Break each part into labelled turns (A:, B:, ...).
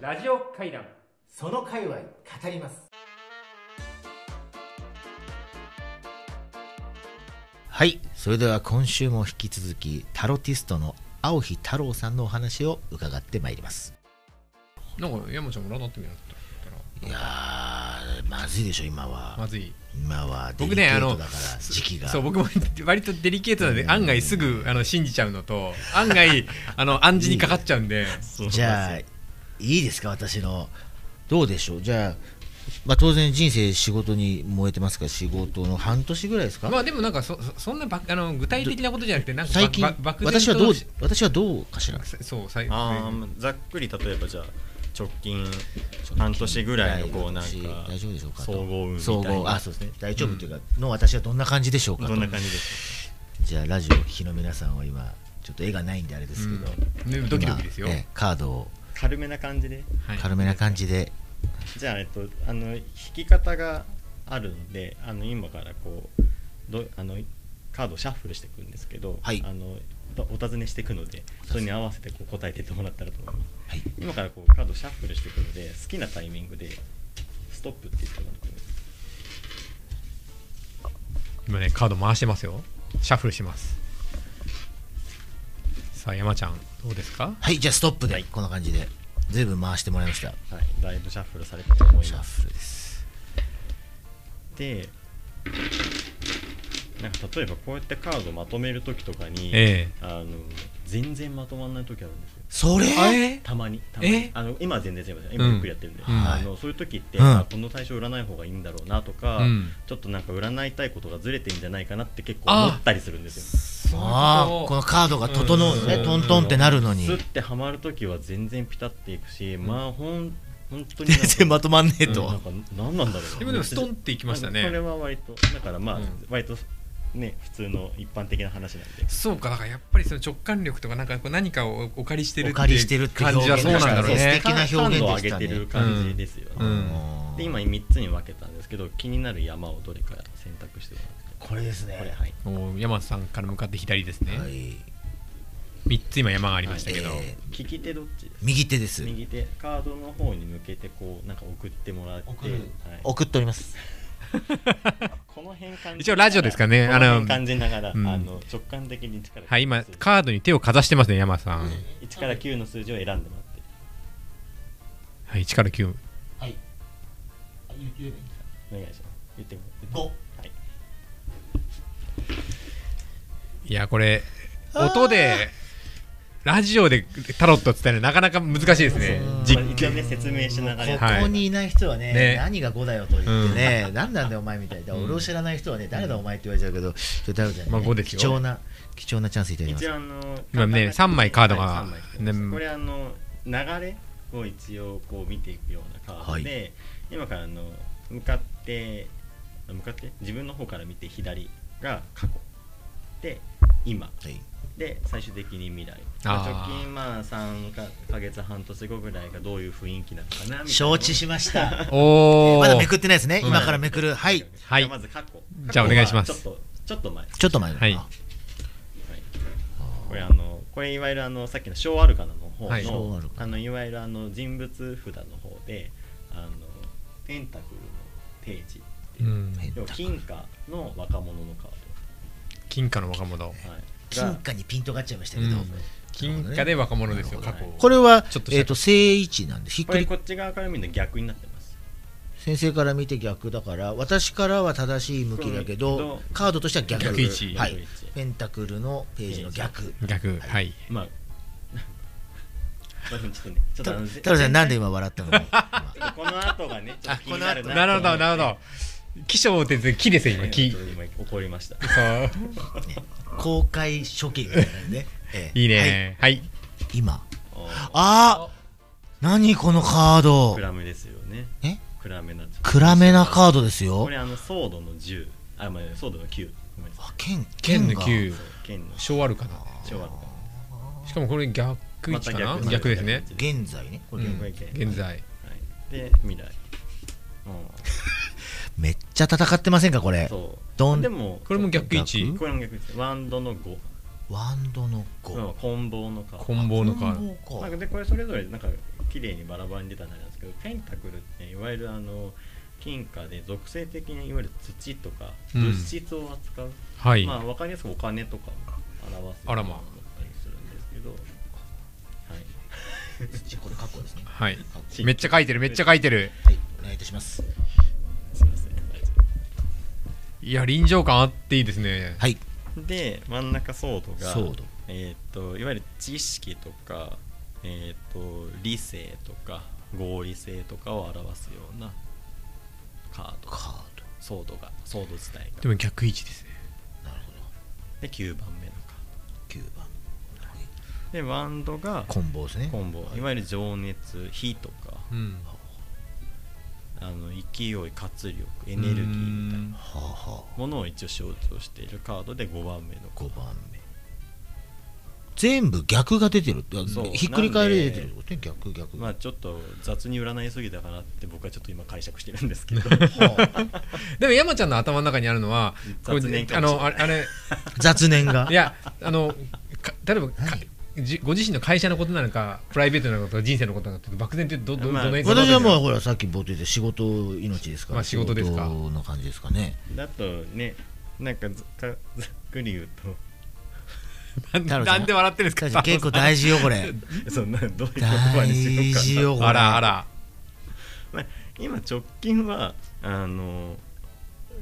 A: ラジオ会談
B: その界隈語りますはいそれでは今週も引き続きタロティストの青木太郎さんのお話を伺ってまいります
C: なんか山ちゃんも占ってみようって言っ
B: いやーまずいでしょ今
C: た
B: は
C: らまずい
B: 今はデリ
C: 僕
B: ケ
C: ねあ
B: ー
C: の
B: トだから時期が
C: そう僕も割とデリケートなんで案外すぐあの信じちゃうのと案 外あの暗示にかかっちゃうんで
B: じゃあいいですか私のどうでしょうじゃあ、まあ、当然人生仕事に燃えてますから仕事の半年ぐらいですか、
C: まあでもなんかそそそんなばあの具体的なことじゃなくてなんかば
B: 最近
C: ば漠然と
B: 私はどう私はどうかしら
C: せそう最
D: あーまあざっくり例えばじゃあ直近半年ぐらいのこうなん
B: 私
D: か
B: 大丈夫でしょうかと
D: 総合運みたい
B: 総
D: な
B: 合あそうですね大丈夫というか、の私はどんな感じでしょうかと
D: どんな感じです
B: じゃあラジオをお聞きの皆さんは今ちょっと絵がないんであれですけど、
C: うんねドキドキですよ
B: 今ええカードを
D: か軽めな感じで
C: はい
B: 軽めな感じで、
D: じゃあえっとあの引き方があるんであの今からこうどあのカードをシャッフルしていくんですけど、
B: はい
D: あのおお尋ねしていくのでそれに合わせてこう答えていってもらったらと思います
B: はい、
D: 今からこうカードをシャッフルしていくので好きなタイミングでストップって言ってもらってもいいですか
C: 今ねカード回してますよシャッフルしますさあ山ちゃんどうですか
B: はい、じゃあストップで、こんな感じでずいぶん回してもらいました
D: はい、だいぶシャッフルされたと思い
B: シャッ
D: ます
B: フルです
D: でなんか例えばこうやってカードまとめる時とかに、
C: え
D: あの全然まとまらない時あるんですよ
B: それ
C: えあえ
D: たまにたまに
C: え
D: あの今は全然全然今ゆっくりやってるんで、
C: うん
D: あのそういう時って、
B: うん
D: あこの対象占い方がいいんだろうなとか、
C: うん
D: ちょっとなんか占いたいことがずれてんじゃないかなって結構思ったりするんですよ
B: ああこのカードが整うのね、
C: うん
B: トントンってなるのに
D: スッてはまる時は全然ピタっていくし、まあほん本当になん
B: 全
D: か
B: 然まとまんねえ
C: う
B: と
D: なん、か何なんだろう
C: でもでもストンっていきましたね
D: それは割とだからまあ、
C: うん
D: 割とね普通の一般的な話なんで
C: そうかだからやっぱりその直感力とかなんかこう何かをお借りしてる
B: お借りしてるって
C: 感じはそうなんだろう
B: 表
C: ね
B: 現素敵な表現
D: 感度を
B: でしたね
D: 上げてる感じですよね、
C: うんうん
D: で今3つに分けたんですけど気になる山をどれか選択してもらって
B: これですね
D: これはい
C: お山さんから向かって左ですね、
B: はい
C: 三3つ今山がありましたけど、
B: えー
D: 利き手どっちです
B: 右手です
D: 右手カードの方に向けてこうなんか送ってもらって、
B: 送る
D: はい
B: 送っております
D: この辺感じ
C: 一応ラジオですかね
D: この
C: あの
D: 辺感じながら、
C: うん
D: あの直感的に力
C: はい今カードに手をかざしてますね山さん、
D: 1から9の数字を選んでもらって
C: はい1から9
B: はい
D: お願いします言っても
B: お
D: らってはい
C: いやこれ音でラジオでタロットって伝えるのなかなか難しいですね
D: じ
C: 実
D: まあ一応ね説明しながらやって
B: ここにいない人はね,、
C: ね
B: 何が5だよと言ってね、何なんだよお前みたいな俺を知らない人はね誰だお前って言われちゃうけど、ちょっと太郎ちゃんにね
C: まあ五です
B: 貴
C: よ
B: 重な貴重なチャンスいただきます
D: 一応あの
C: 今ね三枚カードが
D: はい三枚
C: ね
D: これあの流れを一応こう見ていくようなカードで、今からあの向かって向かって自分の方から見て左が過去で今
B: はい
D: で最終的に未来
C: あー
D: 直近まあ3かヶ月半年後ぐらいがどういう雰囲気なのかなみたいな
B: 承知しました
C: おお
B: まだめくってないですね、
C: うん
B: 今からめくるはい
C: はい
D: まず過去
C: じゃあお願いします
D: 過去はちょっとちょっと前
B: ちょっと前の
C: はい
B: あ
D: はいこれあのこれいわゆるあのさっきの小アルカナの方の、
C: はい
B: 小アルカ
D: あのいわゆるあの人物札の方であのペンタクルのページって
C: う
D: いうん
B: はい
D: 要は金貨の若者のカー
C: 金貨の若者
D: ド、はい、
B: 金
D: が
B: 貨にピントがっちゃいましたけど、
C: うん金貨で若者ですよ過去
B: これは
C: ちょっとした
B: えっ、と正位置なんでひっ
D: こ
B: く
D: れ
B: り
D: こっち側から見ると逆になってます
B: 先生から見て逆だから私からは正しい向きだけ
D: そうだ
B: ど
D: けど
B: カードとしては逆
C: 逆位置
B: はい
D: 逆位置、
B: ペンタクルのページの逆
C: 逆はい
D: まあ まあでもちょっとねちょっとあのぜ
B: 太郎さんなんで今笑っ たの今
D: ちょっとこの後がねちょっと気になるな
C: なるほどなる
D: ほ
C: ほど起承転結木ですよ今木
D: ちょっと今怒りました
C: そう
B: 公開処刑みたいなね、ええ
C: いいねはい
B: はい今
D: お
B: あー何このカード
D: 暗めですよね
B: え
D: 暗めな
B: 暗めなカードですよ
D: これあのソードの10あまあソードの9ごめんなさい
B: あ剣
C: 剣の
B: が
C: 9
D: 剣の
C: 小あるかな
D: 昭和の
C: しかもこれ逆位置かな、
D: また逆
C: 逆ですね、
B: 現在ねこ
C: う
B: れ、
C: ん、
D: 逆
C: 現在
D: はい、で未来う
B: めっちゃ戦ってませんかこれ
D: んそう
B: どん
D: でも
C: これも逆位置
D: これも逆ですワンドの5
B: ワンドの
D: う
B: 5、
D: ん棍棒のカー
C: 棍棒のカード
B: 棍棒
D: ド
B: か
D: なんかでこれそれぞれなんか綺麗にバラバラに出たんなんですけどペンタクルっていわゆるあの金貨で属性的にいわゆる土とか
C: うん
D: 物質を扱う、
C: はい、
D: まあ分かりやすくお金とかを表す
C: あらま
D: ものだったりするんですけど、はい、
B: 土これ過去ですね
C: はい
B: 過去
D: ち
C: めっちゃ書いてるめっちゃ書いてる
B: はいお願いいたします
D: すいません大丈夫
C: いや臨場感あっていいですね
B: はい
D: で真ん中ソードが
B: ソード
D: えーっといわゆる知識とか、えーっと理性とか合理性とかを表すようなカード
B: カード
D: ソードがソード自体
C: で
D: が
C: も逆位置ですね
B: なるほど
D: で9番目のカ
B: 9番はい
D: ードでワンドが
B: 棍棒ですね
D: コンボいわゆる情熱火とか
C: うん
D: あの勢い活力エネルギーみたい
B: は
D: な
B: あはあ
D: ものを一応象徴しているカードで5番目のカー
B: 5番目全部逆が出てるって
D: そう
B: ひっくり返り出てるってことね逆逆
D: ドまあちょっと雑に占いすぎたかなって僕はちょっと今解釈してるんですけど
C: でも山ちゃんの頭の中にあるのはこれ
D: 雑念
C: あ
D: かもしれ
C: のああれ
B: 雑念が
C: いやあのか例えばか
B: 何
C: じご自身の会社のことなのかプライベートなのか人生のことなのか漠然とどどどの
D: まあ
C: 辺
B: 私はもう
C: う
B: ほらさっき冒頭で仕事命ですから、
C: まあ仕事ですか
B: 仕事の感じです かね
D: だとねなんかざかざっくり言う
B: 太郎さん
C: なんで笑ってるんですか
B: 結構大事よ これ
D: とそんなどういう言葉
B: 大
D: にしよ
B: 事よ
D: うかな
B: これ
C: あらあら
D: まあ、今直近はあの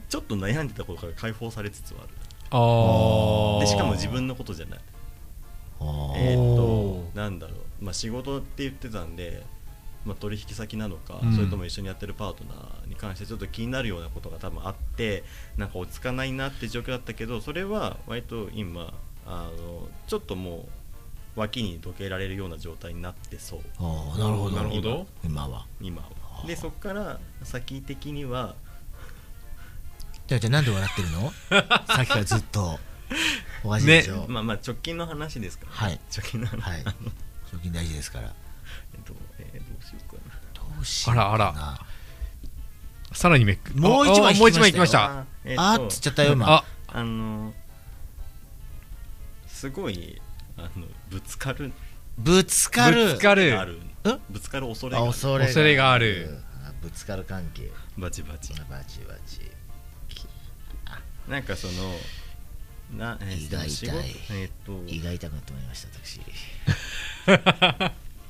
D: ちょっと悩んでたことから解放されつつは
C: あ
D: ある
C: あ
D: でしかも自分のことじゃない
B: あー
D: えーっ
C: お
D: と
C: ー
D: なんだろう、まあ、仕事って言ってたんで、まあ、取引先なのか、
C: うん
D: それとも一緒にやってるパートナーに関してちょっと気になるようなことが多分あってなんか落ち着かないなって状況だったけどそれは割と今あのちょっともう脇にどけられるような状態になってそう
B: あーなるほど
C: なるほど
B: 今は
D: 今は
B: あー
D: でそっから先的には
B: じゃあじゃあなんで笑ってる のさっきからずっとおかしいでしょ、
D: まあまあ直近の話ですから、
B: はい
D: 直近の話、
B: はい貯金大事ですから
D: えっとえーどうしようかな
B: どうしようかな
C: あらあさらにめく
B: もう一枚
C: ああもう一枚いきまし
B: 来
C: た
D: あーえ
B: あ
D: と
B: ーっつっちゃったよ今
C: あ
D: あのすごいあのぶつかる
B: ぶつかる
C: ぶつかる
D: ある
B: え
D: ぶつかる恐れが
B: あ
D: ある
B: 恐れ
C: 恐れがある
B: あぶつかる関係
D: バチバチ
B: バチバチ
D: なんかそのなえー
B: 胃が痛い
D: 仕事えーっと
B: 胃が痛くなってまいりました私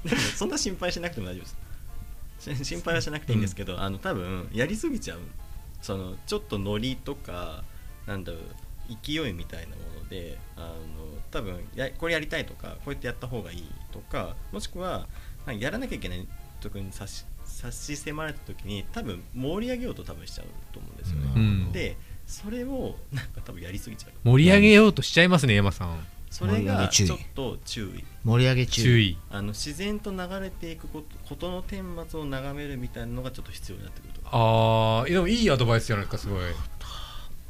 D: でも そんな心配しなくても大丈夫ですし心配はしなくていいんですけど、あの多分やりすぎちゃうそのちょっとノリとかなんだろう勢いみたいなものであの多分やこれやりたいとかこうやってやった方がいいとかもしくはなんかやらなきゃいけない特に差し差し迫られた時に多分盛り上げようと多分しちゃうと思うんですよね、
C: うん
D: でそれをなんか多分やりすぎちゃう
C: 盛り上げようとしちゃいますね山さん
D: それが
B: 盛り上げ注意
D: ちょっと注意
B: 盛り上げ中
C: 注意
D: あの自然と流れていくことことの顛末を眺めるみたいなのがちょっと必要になってくると
C: ああでもいいアドバイスじゃないですかすごい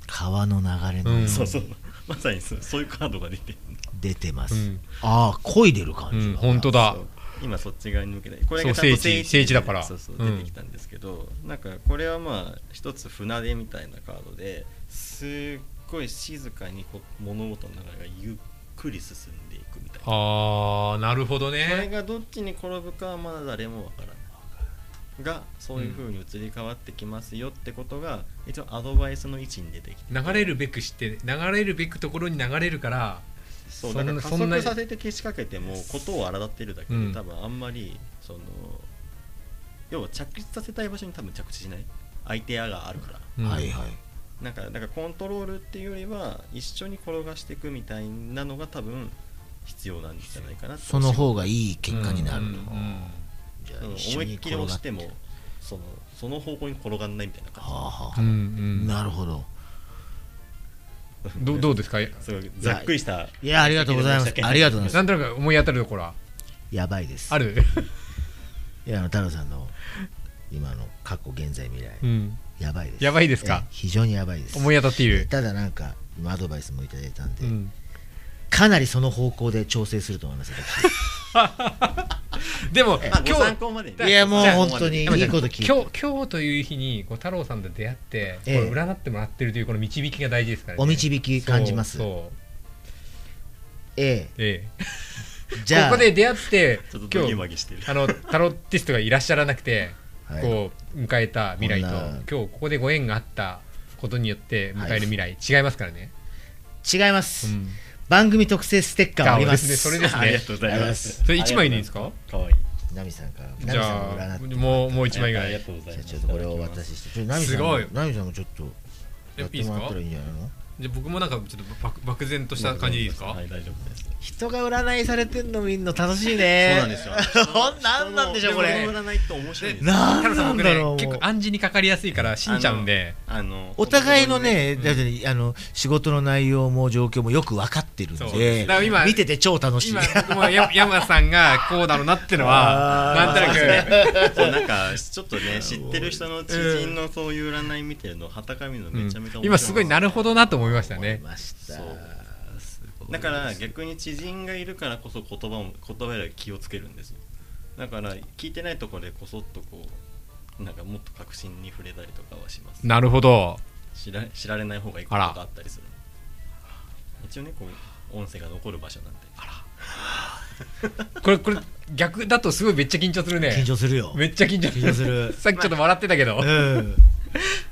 B: 川の流れ
C: う
B: の
C: ん
D: そう そうまさにそうそういうカードが出てる
B: 出てます、
C: うん
B: ああ漕いでる感
C: う
B: じ、
C: ん本当だ
D: そう今そっち側に向けないこれ
C: そう
D: がちゃんと
C: 聖地
D: で
C: 聖地だから
D: そうそう
C: うん
D: 出てきたんですけど、なんかこれはまあ一つ船出みたいなカードですっごい静かにこう物事の流れがゆっくり進んでいくみたいな
C: ああなるほど
D: それ
C: ね
D: がどっちに転ぶかはまだ誰もわからないがそういう風に移り変わってきますよってことが、一応アドバイスの位置に出てきて
C: 流れるべくして流れるべくところに流れるから
D: そう
C: そん
D: だ
C: な
D: から加
C: そんな
D: 速させて消しかけてもことを荒立ってるだけで、
C: うん
D: 多分あんまりその要は着地させたい場所に多分着地しない相手矢があるから
C: うん
B: はいはい
D: なんかなんかコントロールっていうよりは一緒に転がしていくみたいなのが多分必要なんじゃないかなって
B: その方がいい結果になる
C: うん
B: と、
C: うん
B: じゃ
D: う
B: あ
D: ん
B: 一緒
D: 思い
B: に
D: っき
B: 転
D: り
B: が
D: 押
B: っ
D: して
B: て
D: もそのその方向に転がんないみたいな
B: は
D: 感
B: あはあ、
C: うんうん
B: なるほど
D: じ
C: どどうですか
D: すごいざっくりした
B: いやありがとうございますありがとうございま
C: なんとなく思い当たるところは
B: すやばいです
C: ある、
B: いやあの太郎さんの今の過去現在未来、
C: うん、
B: やばいです
C: やばいですか
B: ええ非常にやばいです
C: 思い当たっている、
B: ただなんか今アドバイスもいただいたんで、
C: うん、
B: かなりその方向で調整すると思います私
C: でも
D: まあ
C: 今
D: ご参
C: 日
D: 考までに
B: いやもう
D: じゃあ
B: 本当にい
C: 山ちゃん
B: いこと聞いて
C: 今日今日という日にこう太郎さんと出会って、
B: ええ
C: これ占ってもらってるというこの導きが大事ですからね
B: お導き感じます
C: そう
B: え
C: ええ
B: えじゃあ
C: ここで出会って
D: ちょっと
C: 今
D: ドギマ
C: 日
D: ギしてる
C: あのタロッティストがいらっしゃらなくて、
B: はい
C: こう迎えた未来と
B: こんな
C: 今日ここでご縁があったことによって迎える未来、違いますからね、
B: 違います、
C: うん
B: 番組特製ステッカーあります
C: ですねそれですね
D: ありがとうございます。
C: それ一枚でいいんですか
D: かわいい。
B: ナミさんからナ
C: じ
B: ミさんの占
C: ゃ
B: っ
C: あ
B: て
C: もうもう1枚ぐらい
D: あり
C: い
D: がとうござ
B: じゃ
D: いま
B: あ
D: す。
B: ちょっとこれをお渡ししてちょっとナミさん
C: す
B: も
C: ごい
B: ナミさんもちょっとやってもらったらいいんじゃないの
C: じゃあ僕もなんかちょっと漠漠然とした感じでいいですか、
D: はい、大丈夫です。そ
B: 人が占いされてんの見んの楽しいね。
D: うなんですよ
B: なんなんでしょうこれ
D: 人の占いって面白いんですよ。
B: なん
C: 太郎さ
B: なんん
C: 僕
B: だ
C: ね
B: ろう
C: 結
B: もう
C: 構暗示にかかりやすいから死んじゃうんで
D: あの
B: お互いのね、
C: うん
B: だってあの仕事の内容も状況もよく分かってるん
C: そう
B: で、
C: だから今
B: 見てて超楽しい。
C: 今僕もや山さんがこうだろうなってのは
B: あー
C: なんとなく
D: そうなんかちょっとね知ってる人の知人のそういう占い見てるの旗から見るのめちゃめちゃ面白い、
C: 今すごいなるほどなと思いましたね
B: 思いました
D: そう
B: すごい
D: だから逆に知人がいるからこそ言葉も言葉より気をつけるんですよだから聞いてないところでこそっとこうなんかもっと確信に触れたりとかはします
C: なるほど
D: 知ら知られない方がいいことがあったりする一応ねこう音声が残る場所なんで
C: これこれ逆だとすごいめっちゃ緊張するね
B: 緊張するよ。
C: めっちゃ緊張
B: 緊張 する。
C: さっきちょっと笑ってたけど、
B: うん。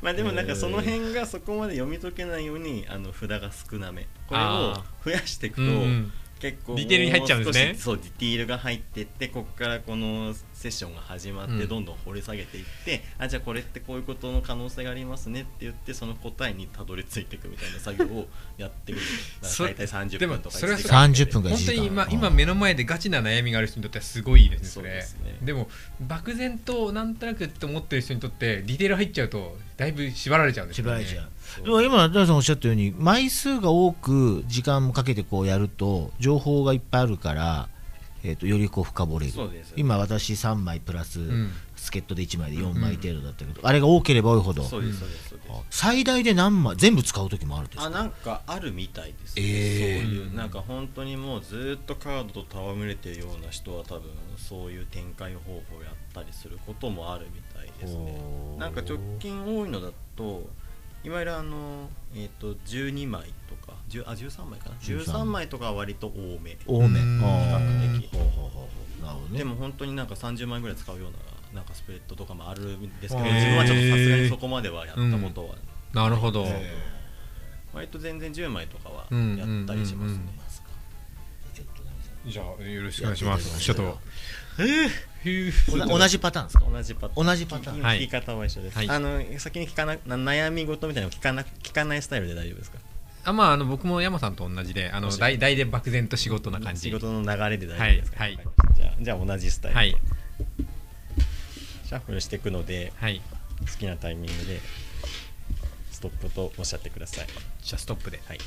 D: まあでもなんかその辺がそこまで読み解けないようにあの札が少なめこれを
C: あ
D: 増やしていく
C: う
D: と、
C: んうん
D: 結構
C: ディテールに入っちゃうんですね
D: も少しそうディテールが入ってってここからこのセッションが始まって
C: うん
D: どんどん掘り下げていって、あじゃあこれってこういうことの可能性がありますねって言ってその答えにたどり着いていくみたいな作業をやってくるだ
C: そ
D: から大体30
C: でも
D: 分とか
C: それは
D: 1時間
B: 三十分が
C: 本
B: 一
C: 当
B: 時間。
C: に今
B: うん
C: 今目の前でガチな悩みがある人にとってはすごいいいですねそれ
D: そうですね
C: でも漠然となんとなくって思ってる人にとってディテール入っちゃうとだいぶ縛られちゃうんですよ
B: 縛
C: ね
B: られちゃう。
D: そう
B: でも今ダイさんおっしゃったように枚数が多く時間もかけてこうやると情報がいっぱいあるから。えー、とよりこう深掘れる
D: そうです
B: 今私3枚プラス、
C: ん
B: 助っ人で1枚で4枚程度だったけど、あれが多ければ多いほど
D: そうですそうですそうです
B: 最大で何枚全部使う時もあるんです
D: あ
B: か
D: なんかあるみたいです、
B: えー
D: そういうなんか本当にもうずっとカードと戯れてるような人は多分そういう展開方法をやったりすることもあるみたいですね
B: おー
D: なんか直近多いのだといわゆるあの、えー、と12枚とか10あ13枚かな
B: 13
D: 13枚とかは割と多め
B: 多め
C: う
B: 比
C: ん
D: 比較的
B: ほうほうほうほうなるほどね
D: でも本当になんか30枚ぐらい使うようななんかスプレッドとかもあるんですけど
C: へー
D: 自分はちょっとさすがにそこまではやったことは、
C: なるほど、
D: 割と全然10枚とかは
C: うん
D: やったりしますね、
C: うんうんうん
B: ちょっとダメです
C: じゃあよろしくお
B: や
C: 願いしま
B: っていただきます
C: すちょっとふう
B: おな同じパターンですか
D: 同じパターン
B: 同じパターン
D: 聞き
C: はい
D: 聞き方は一緒です、
C: はい
D: あの先に聞かなな悩み事みたいなの聞かな聞かないスタイルで大丈夫ですか
C: あまああの僕も山さんと同じであの
D: もし
C: 大大で漠然と仕事な感じ
D: 仕事の流れで大丈夫ですか、
C: はいはい
D: わかりましたじゃあじゃあ同じスタイルで、
C: はい
D: シャッフルしていくので
C: はい
D: 好きなタイミングでストップとおっしゃってください
C: じゃあストップで
D: はい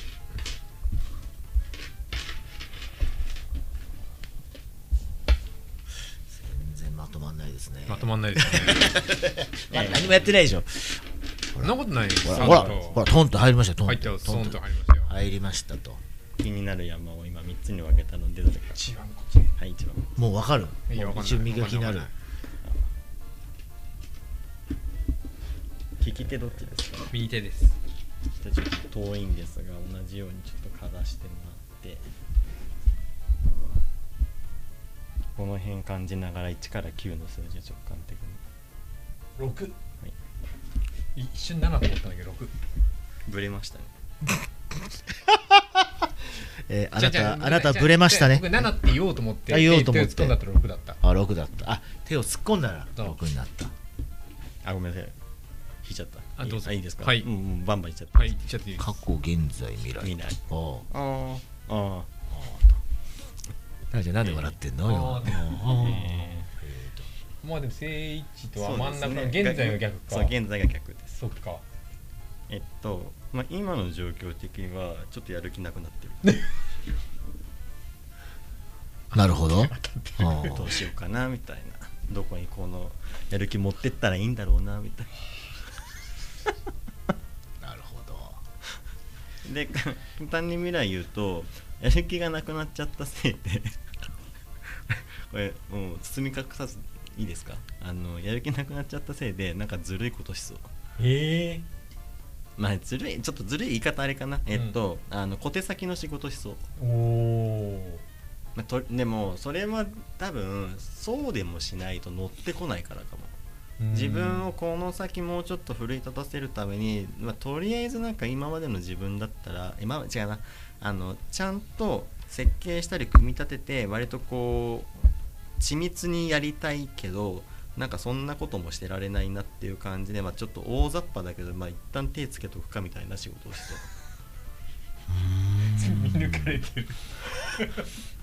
B: 全然まとまんないですね
C: まとまんないです ね
B: まだ何もやってないでしょ
C: そんなことないです
B: ほ
C: よ
B: らほら
C: ちゃんと
B: ほらトンと入りましたトン
C: 入っ
B: と
C: た
B: ト
C: ス
B: ン
C: ン
B: と
C: と入りましたよ
B: 入りましたと
D: 気になる山を今3つに分けたのでどれか
C: 一番こっち
D: はい一番
B: もうわかる
C: いや
B: もう
C: わかんない
B: 一応磨きになる
C: わかん
D: 聞き手どっちですか
C: 右手です
D: ちょっと遠いんですが同じようにちょっとかざしてもらってこの辺感じながら1から9の数字を直感的に
C: 六。
D: い
C: い一瞬七と思ったんだけど六。
D: ブレましたね
B: えーあな
C: じゃ
B: た
C: じゃ
B: あなたブレましたね
C: 僕七って言おうと思って。
B: あ言おうと思って
C: 手を突っ込んだったら六だった。
B: あ6だったあ手を突っ込んだら
C: そう
B: 6になった
D: あごめんなさい引いちゃった
C: あどうぞ
D: いいですか
C: はい
D: うんうんバンバンいっちゃった
C: はい。ちょっといいです
B: 過去現在未来
D: 見ない
B: ああ
D: あーあ
B: なじゃあなんで笑ってんの
C: あ
B: よ
C: ー
D: ー
C: まあでも正位置と
D: そ
C: は
D: う
C: 真ん
D: です
C: 中、
D: ね
C: 現在の逆か。
D: そう現在が逆です
C: そっか。
D: えっと、まあ、今の状況的にはちょっとやる気なくなってる
B: なるほ どあ
D: ど
B: ー
D: うしようかなみたいなどこにこのやる気持ってったらいいんだろうなみたい
B: なるほど
D: なで簡単に未来言うとやる気がなくなっちゃったせいでこれもう包み隠さずいいですかあのやる気なくなっちゃったせいでなんかずるいことしそう
C: へえ。
D: まあずるいちょっとずるい言い方あれかな、えっとあの小手先の仕事しそう、
C: おお
D: まあ、とでもそれは多分そうでもしないと乗ってこないからかも自分をこの先もうちょっと奮い立たせるために、まあ、とりあえずなんか今までの自分だったら今は違うなあのちゃんと設計したり組み立てて割とこう緻密にやりたいけどなんかそんなこともしてられないなっていう感じで、まあ、ちょっと大雑把だけど、まあ、一旦手つけとくかみたいな仕事をして
C: 見抜かれてる、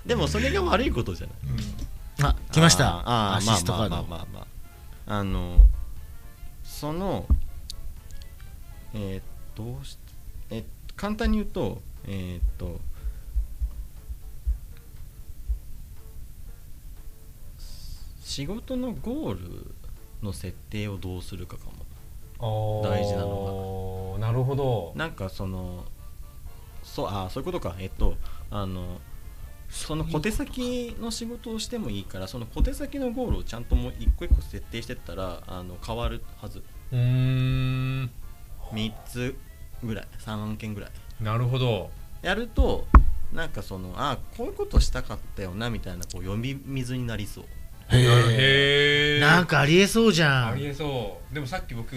D: でもそれが悪いことじゃない
B: あ来ました
D: あー
B: アシストカー
D: まあ
B: ド
D: まあまあまあ、まあ、あのそのえー、どうしえ簡単に言うとえーっと仕事のゴールの設定をどうするかかも大事な
C: のがなるほど
D: なんかそのそうあーそういうことかえっとあのその小手先の仕事をしてもいいからその小手先のゴールをちゃんともう一個一個設定してったらあの変わるはず
C: うーん
D: 3つぐらい3件ぐらい
C: なるほど
D: やるとなんかそのあーこういうことしたかったよなみたいなこう読み水になりそう
B: へ
C: へ
B: ー
C: え
B: なんかありえそうじゃ
C: あり
B: ん
C: えそうでもさっき僕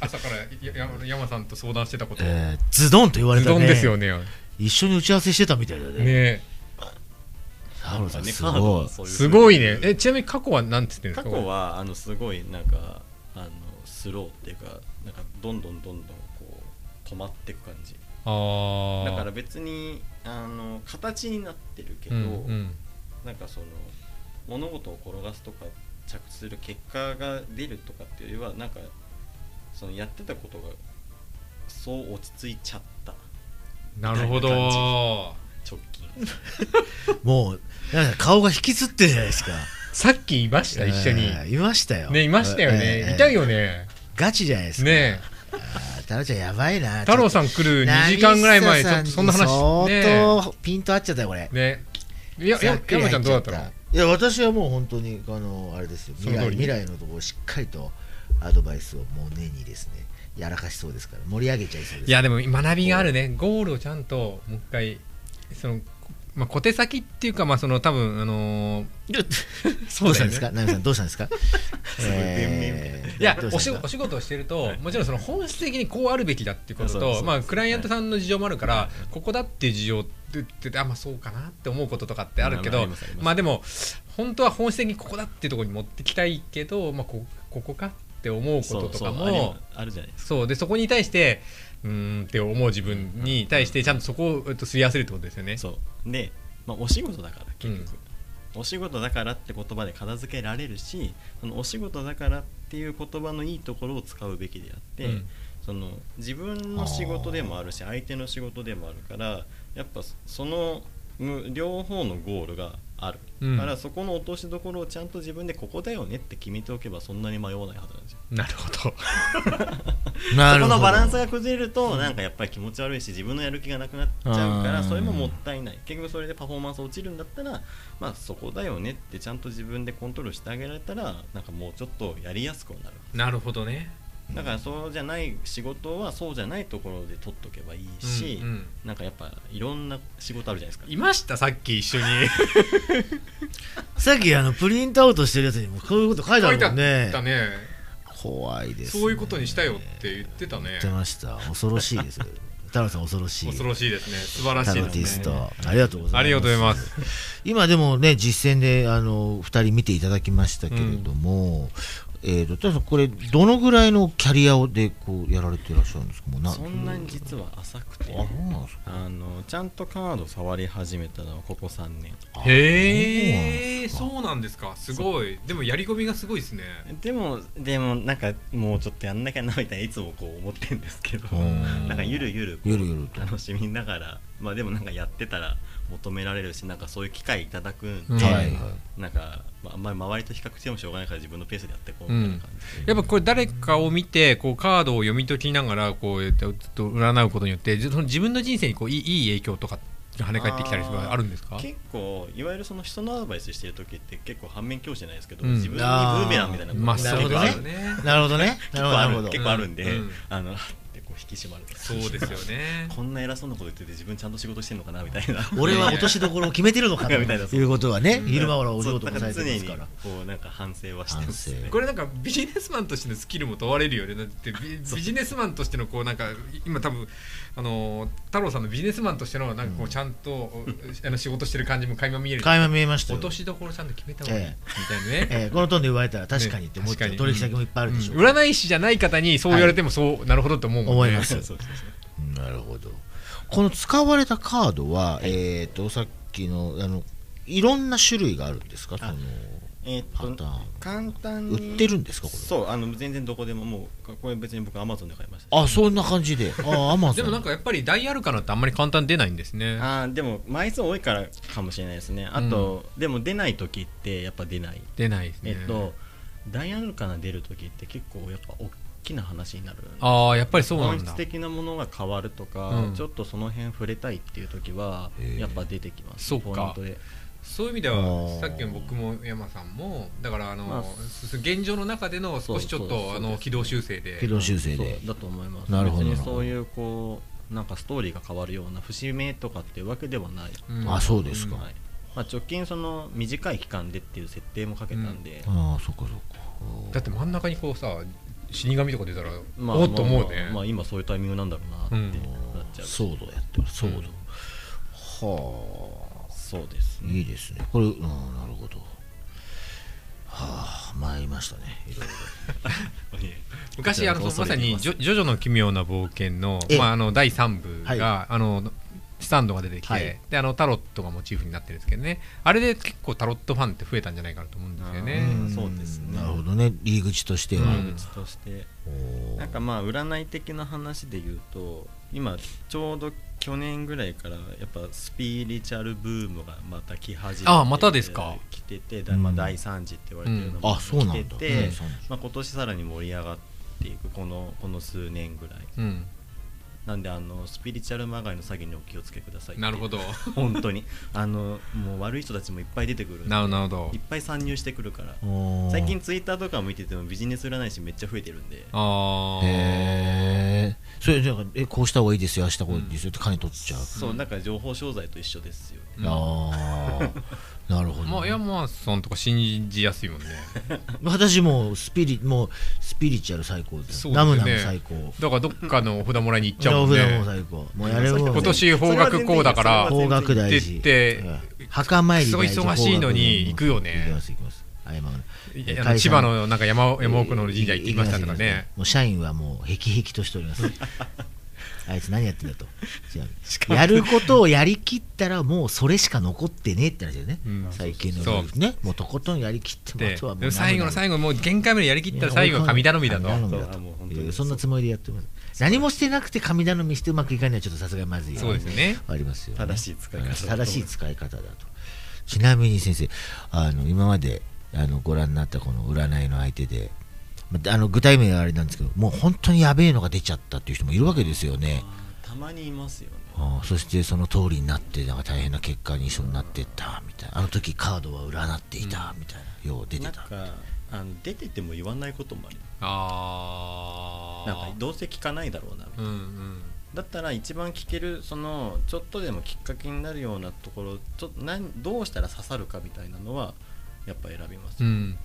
C: 朝からやや山さんと相談してたこと、
B: えーズドンと言われ
C: ズ
B: たね
C: ドンですよね
B: 一緒に打ち合わせしてたみたいだ
C: ね
B: ねサウロさん
D: ね
B: す
D: カード
B: ご
D: も
B: い
D: そうう
C: すごいねえちなみに過去は何て言ってるんで
D: 過
C: すか
D: 去はあのすごいなんかあのスローっていうかなんかどんどんどんどんこう止まっていく感じ
C: ああ
D: だから別にあの形になってるけ
C: う
D: ど、
C: んうん
D: なんかその物事を転がすとか着地する結果が出るとかっていうよりはなんかそのやってたことがそう落ち着いちゃった
C: なるほど
D: みたいな直近
B: もうなんか顔が引きつってるじゃないですか
C: さっきいました一緒に、
B: えーいましたよ
C: ねいましたよね、
B: えー
C: いたよね
B: ガチじゃないですか
C: ね
B: あー太郎ちゃんやばいな
C: 太郎さん来る2時間ぐらい前ちょっとそんな話ね
B: 相当ピンと合っちゃったよこれ
C: ねいやや
B: ざっくり
C: 山
B: 入
C: ちゃんどうだった
B: ちゃ
C: の
B: いや私はもう本当にあのあれですよ
C: その
B: 未来
C: 通り
B: 未来のところをしっかりとアドバイスをもう根にですねやらかしそうですから盛り上げちゃいそうです
C: いやでも学びがあるねゴールをちゃんともう一回その、まあ、小手先っていうかまあその多分あのー
B: ど
C: そうう
B: し
C: だよ
B: たんです
C: ね
B: かナミさんどうした んですか
D: すごい弁明みたいな
B: えー
C: いや
B: どう
C: お
B: し
C: 仕
B: たん
C: お
B: ですか
C: 仕事をしてると、もちろんその本質的にこうあるべきだっていうこと
D: そうそうそ
C: と、
D: う
C: まあ、クライアントさんの事情もあるから、ここだっていう事情って言っててあ、まあ、そうかなって思うこととかってあるけど、
D: まあまあありますあります
C: まあでも本当は本質的にここだっていうところに持ってきたいけど、まあ、こここかって思うこととかも
D: ありあるじゃないですか
C: そうでそこに対してうーんって思う自分に対してちゃんとそこをえっとすり合わせるってことですよね。
D: そうで、まあ、お仕事だから結局、お仕事だからって言葉で片付けられるしそのお仕事だからっていう言葉のいいところを使うべきであって、
C: うん
D: その自分の仕事でもあるし相手の仕事でもあるからやっぱそのむ両方のゴールがある、
C: うん
D: からそこの落としどころをちゃんと自分でここだよねって決めておけばそんなに迷わないはずなんですよ
C: なるほど。
B: な
D: そ
B: る
D: こ
B: ほど
D: のバランスが崩れるとなんかやっぱり気持ち悪いし自分のやる気がなくなっちゃうか
B: う
D: ら
B: ん
D: それももったいない結局それでパフォーマンス落ちるんだったらまあそこだよねってちゃんと自分でコントロールしてあげられたらなんかもうちょっとやりやすくはなる
C: なるほどね。
D: だからそうじゃない仕事はそうじゃないところで取っとけばいいし、
C: うんうん
D: なんかやっぱいろんな仕事あるじゃないですか
C: いましたさっき一緒に。
B: さっきあのプリントアウトしてるやつにもこういうこと書いてあるもんね
C: だね。
B: 怖いですね
C: そういうことにしたよって言ってたね
B: 言って。ました恐ろしいです太郎さん恐ろしい
C: 恐ろしいですね。素晴らし
B: タ
C: い
B: ロ
C: で
B: ティ
C: す
B: ス
C: ね。
B: トありがとうございます
C: ありがとうございます。
B: 今でもね実践であの2人見ていただきましたけれども、えーとただこれどのぐらいのキャリアをでこうやられてらっしゃるんですかもう
D: そんなに実は浅くて
B: あそうなんですか
D: あのちゃんとカード触り始めたのはここ3年
C: へえ、そうなんですか。すごい。でもやり込みがすごいですね。
D: でもでもなんかもうちょっとやんなきゃなみたいないつもこう思ってるんですけど
B: うん
D: なんかゆるゆるこう
B: ゆるゆると
D: 楽しみながらまあでもなんかやってたら求められるしなんかそういう機会いただくんで、
C: はい
D: なんか、まあ、あんまり周りと比較してもしょうがないから自分のペースでやっていこうみたいな感じで、
C: やっぱこれ誰かを見てこうカードを読み解きながらこうえっとずっと占うことによってじその自分の人生にこういいいい影響とかが跳ね返ってきたりとかあるんですか？
D: 結構いわゆるその人のアドバイスしてる時って結構反面教師じゃないですけど、
C: うん
D: 自分にブーメランみたいなこと
C: まあ
D: 結
C: そう
D: 構
C: だ
D: あ
C: よ
D: る
C: ね。
B: なるほどねな
D: 結
B: るほ
D: 構
B: どな
D: ある
B: るほど
D: 結構あるんで、
C: うん
D: あのはってここう引き締まる
C: そうですよね
D: こんな偉そうなこと言ってて自分ちゃんと仕事してんのかなみたいな
B: 俺は落としどころを決めてるのかと
D: みたいな
B: いうことはね
C: うん
B: 昼間からお仕
D: そう
B: 事
D: だ
B: も
D: か
B: されて
D: ら常
B: ま
D: に
B: すから
D: こうなんか反省はしてます
B: 反
D: ね
B: 省
C: これなんかビジネスマンとしてのスキルも問われるよねだってビビジネスマンとしてのこうなんか今多分あのー太郎さんのビジネスマンとしてのなんかこうちゃんと、あの仕事してる感じも垣間見える
B: 垣間見えましたよ
C: 落としどころちゃんと決めた方がいい、
B: え
C: みたいなね、
B: えーこのトーンで言われたら確かにって思っ
C: ね確か
B: て
C: に
B: 取引先もいっぱいあるでしょ
C: うん占い師じゃない方にそう言われてもそう、なるほどって思うもんね
B: 思います
D: そうそうそう
B: なるほどこの使われたカードは、えっ、とさっきのあのいろんな種類があるんですかそ
D: あ
B: の
D: えーっ
B: パ
D: と
B: ターン
D: 簡単に
B: 売ってるんですかこれ
D: そうあの全然どこでももうこれ別に僕アマゾンで買いました
B: あそんな感じであアマゾン
C: でもなんかやっぱりダイアルカナってあんまり簡単に出ないんですね
D: あーでも枚数多いからかもしれないですねあと、でも出ない時ってやっぱ出ない
C: 出ないですね
D: えっと、ダイアルカナ出る時って結構やっぱ大きな話になる
C: ああやっぱりそうな
D: 本
C: ん
D: 質
C: だ
D: 的なものが変わるとか、
C: うん
D: ちょっとその辺触れたいっていう時は
B: へー
D: やっぱ出てきます
C: そっか
D: ポイントで
C: そういう意味で
B: あ
C: は
B: ー
C: さっきの僕も山さんもだからあの、
D: まあ
C: す現状の中での少しちょっ
D: そうそう
C: と
D: そう
C: あの軌道修正で
B: 軌道修正で
D: そうだと思います
B: なるほど
D: 別にそういうこうなんかストーリーが変わるような節目とかっていうわけではない、
C: うん
B: あそうですか、
C: うん
D: はいまあ、直近その短い期間でっていう設定もかけたんで、
B: ああそっかそっか
C: だって真ん中にこうさ死神とか出たら、
D: まあ
C: おっと思うね、
D: まあまあ今そういうタイミングなんだろうなってなっちゃう、
B: ソードやってるソード、
C: うん
B: は
D: そうです
B: あいいですねこれうんなるほどはあ参りましたねいろいろ
C: 昔あの
D: こ
C: ま
D: ちらこそ
C: さにジョ「ジョジョの奇妙な冒険の」
B: ええ
C: まあ、あの第3部が、
B: は
C: あのスタンドが出てきて、
B: はい
C: であのタロットがモチーフになってるんですけどねあれで結構タロットファンって増えたんじゃないかなと思うんですよね
D: う。ん
B: ん
D: そうですね
B: なるほどね入り口としては、
C: うん
D: 別として
B: おー
D: なんかまあ占い的な話で言うと今ちょうど去年ぐらいからやっぱスピリチュアルブームがまた来始めて
C: あまたですか
D: 来てて、だまあ、
B: うん
D: 第3次って言われてるのも
B: あそう
D: 来
B: な
D: て
B: んだ、
D: て、
B: うんそうなんだ
D: まあ、今年さらに盛り上がっていくこのこの数年ぐらい
C: うん
D: なんであのスピリチュアルまがいの詐欺にお気をつけくださいっていう
C: なるほど
D: 本当にあのもう悪い人たちもいっぱい出てくる
C: なるほど
D: いっぱい参入してくるから
B: おー
D: 最近ツイッターとか見ててもビジネス占い師めっちゃ増えてるんで
C: あー
B: へえそれなんかえこうした方がいいですよああした方がいいですよって金取っちゃう、
D: そうなんか情報商材と一緒ですよ
C: うん
B: あ あなるほど、
C: まあ山さんとか信じやすいもんね
B: 私もうスピリもうスピリチュアル最高です
C: そうだ
B: ナ
C: よ
B: ム
C: ね
B: ナム最高
C: だからどっかのお札もらいに行っちゃう
B: お
C: もん
B: 札
C: ね
B: も最高もうやれもう
C: 今年方角こうだから
B: 方角大
C: っ
B: 事
C: て言
B: うん墓参り大事
C: そう忙しいのに行くよね
B: 行きます行きますあ今の
C: いやあの
B: 会社
C: 千葉のなんか山山奥の神社行ってきましたとか
B: 行きます
C: ね
B: もう社員はもうへきへきとしております あいつ何やってんだと違う
C: しかも
B: やることをやりきったらもうそれしか残ってねえって話だよね、
C: うん
B: 最近の
C: そう
B: ねもうとことんやりきっても
C: で
B: あとはも
C: で
B: う
C: も最後の最
B: 後
C: 後もう限界までやりきったら最後は神頼みだと
B: 神
D: み
B: 頼
D: そうあもう本
B: み
D: 当
B: だ
D: に
B: とそんなつもりでやってます何もしてなくて神頼みしてうまくいかないのはちょっとさすがにまずいよね
C: そうですよね
B: ありますよ、ね、
D: 正しい使い方だと思います
B: 正しい使い方だとちなみに先生あの今まであのご覧になったこの占いの相手でまああの具体名はあれなんですけどもう本当にやべえのが出ちゃったっていう人もいるわけですよね、
D: たまにいますよね
B: ああそしてその通りになってなんか大変な結果に一緒になってったみたいなあの時カードは占っていたみたいなよう出て
D: なん
B: た
D: かあの出てても言わないこともある
C: ああ
D: なんかどうせ聞かないだろうなみたいな
C: うんうん
D: だったら一番聞けるそのちょっとでもきっかけになるようなところちょっとなんどうしたら刺さるかみたいなのはやっぱ選びます、
C: うん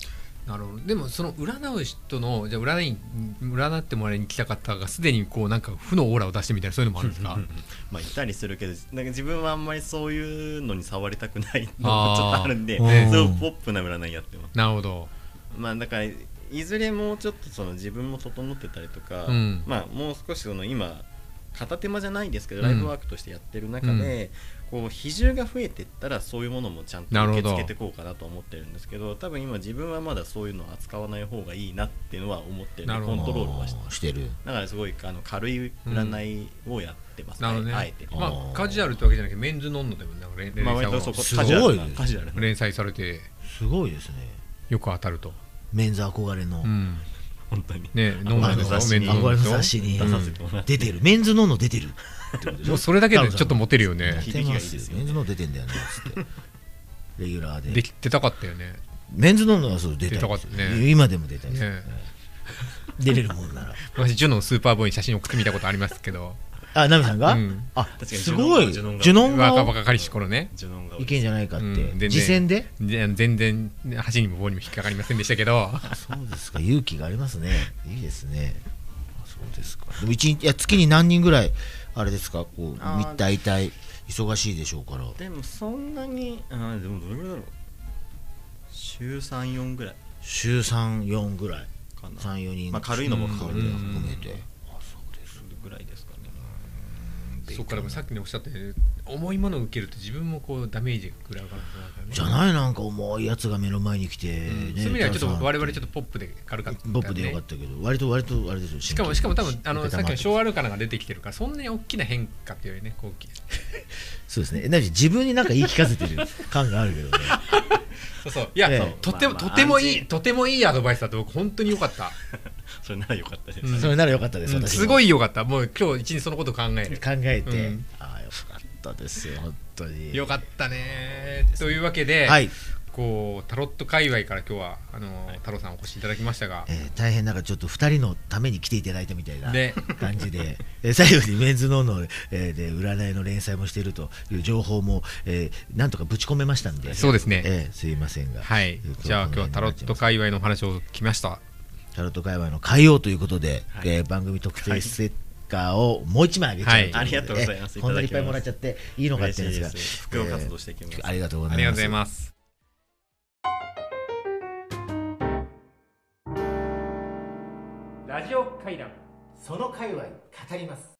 C: なるほどでもその占う人のじゃあ占い占ってもらいに来た方がすでにこうなんか負のオーラを出してみたいなそういうのもあるんですか
D: まあいたりするけどなんか自分はあんまりそういうのに触りたくないのもちょ
C: あ
D: っ
C: ー
D: とあるんで
B: ね
D: そうポップな占いやってます
C: なるほど
D: まあだからいずれもうちょっとその自分も整ってたりとか、
C: うん
D: まあもう少しその今片手間じゃないんですけど、
C: うん
D: ライフワークとしてやってる中で、こう比重が増えていったらそういうものもちゃんと
C: なるほ
D: 受け
C: ど
D: 付けていこうかなと思ってるんですけど多分今自分はまだそういうのを扱わない方がいいなっていうのは思ってるんで
C: なるほ
D: コ
C: ど
D: ントロールはして
B: ああしてる
D: だからすごいあの軽い占いをやってますね、
C: なるほど
D: あ
C: ね
D: えて、
B: あ
C: まあカジュアルってわけじゃなくてメンズノンノでもなんか連連
D: まあ、割
C: 載
D: とそ
C: を
D: こ
B: す
D: カジュアル
B: ごい
D: な
B: ですね
D: カジュアルな
C: 連載されて
B: すごいですね
C: よく当たると
B: メンズ憧れの、
C: うん
D: 本当に
C: ねノンノ
B: あ
C: で
B: の
C: し
B: 雑
C: ょ
B: 誌
C: メ
B: に
C: ンズノンノでし
B: 憧れ
C: ょ
B: の雑誌に
D: 出させてもらって、
B: 出てるメンズノンの出てる
C: もうそれだけでちょっとモテるよね
B: 出てま
D: 響きがいいですすよね
B: メンズノン出てんだよねつってレギュラーで
C: できてたかったよね
B: メンズノンノはそう出た
C: 出たかったね
B: 今でも出たいです
C: ね
B: 出れるもんなら
C: 私ジュノンスーパーボーイに写真送ってみたことありますけど
B: あナミさんが、
C: うん
B: あ
D: 確かに
B: すごい
D: ジ
B: ジ
D: ュノンが
B: ュノン
C: 若
B: が
C: 々かりし頃ね
D: ジュノンが
B: いけんじゃないかって、
C: うんでね
B: 次戦で
C: であの全然箸にも棒にも引っかかりませんでしたけど
B: そうですか勇気がありますねいいですねあそうですかでも一日いや月に何人ぐらいあれですかこ
D: あ
B: う
D: ー
B: み大体忙しいでしょうから
D: でもそんなにあーでもどれぐらいだろう週34ぐらい
B: 週34ぐらい
D: かな
B: 34人、
D: まあ軽いのも
B: 含
D: 含
C: め
B: め
C: て
B: て含めてあそうです
D: ぐらいですかね
C: そうからさっきのおっしゃったように重いものを受けると自分もこうダメージが食らうからね
B: じゃないなんか重いやつが目の前に来て、
C: そう
B: ね
C: いう意味ではちょっと我々ちょっと
B: と
C: ポップで軽かった、ね、
B: ポップでよかったけど割と割とあれですよ
C: しかもしかも多分あのさっきの昭
B: 和
C: 和ルカナが出てきてるからそんなに大きな変化っていうよりねこうき
B: そうですねえなんか自分になんか言い聞かせてる 感があるけどね
C: そうそういや、
B: ええ
C: そうとても、
D: まあまあ
C: とても
D: 安
C: い
D: 心
C: いとてもいいアドバイスだと僕本当に良かった、
D: それならよかったです、
C: うん
B: それならよかったです、
C: うん
B: 私も
C: すごい良かったもう今日一日そのこと考える
B: 考えて、
C: うん
B: ああよかったですよ本当に
C: 良かったねというわけで、
B: はい、
C: こうタロット界隈から今日はあの太郎さんお越しいただきましたが
B: えー大変なんかちょっと2人のために来ていただいたみたいな
C: ね
B: 感じで、えー最後にメンズノーの、えーで占いの連載もしているという情報も、えーなんとかぶち込めましたんで
C: そうですね
B: えーすいませんが
C: はいじゃあ今日はタロット界隈のお話を聞きました
B: タロット界隈の変えようということで、
D: はい
B: えー番組特製ステッカーをもう一枚あげちゃうということで、
D: はいありがとうございます
B: えーこんなにいっぱい
D: い
B: も
D: た
B: らっ
D: だきます
B: ちゃっていいのかっていうんですが
D: 嬉しいです副業活動していきます
B: えーありがとうござ
C: あり
B: います
C: がとうございますラジオ会談
B: その界隈語ります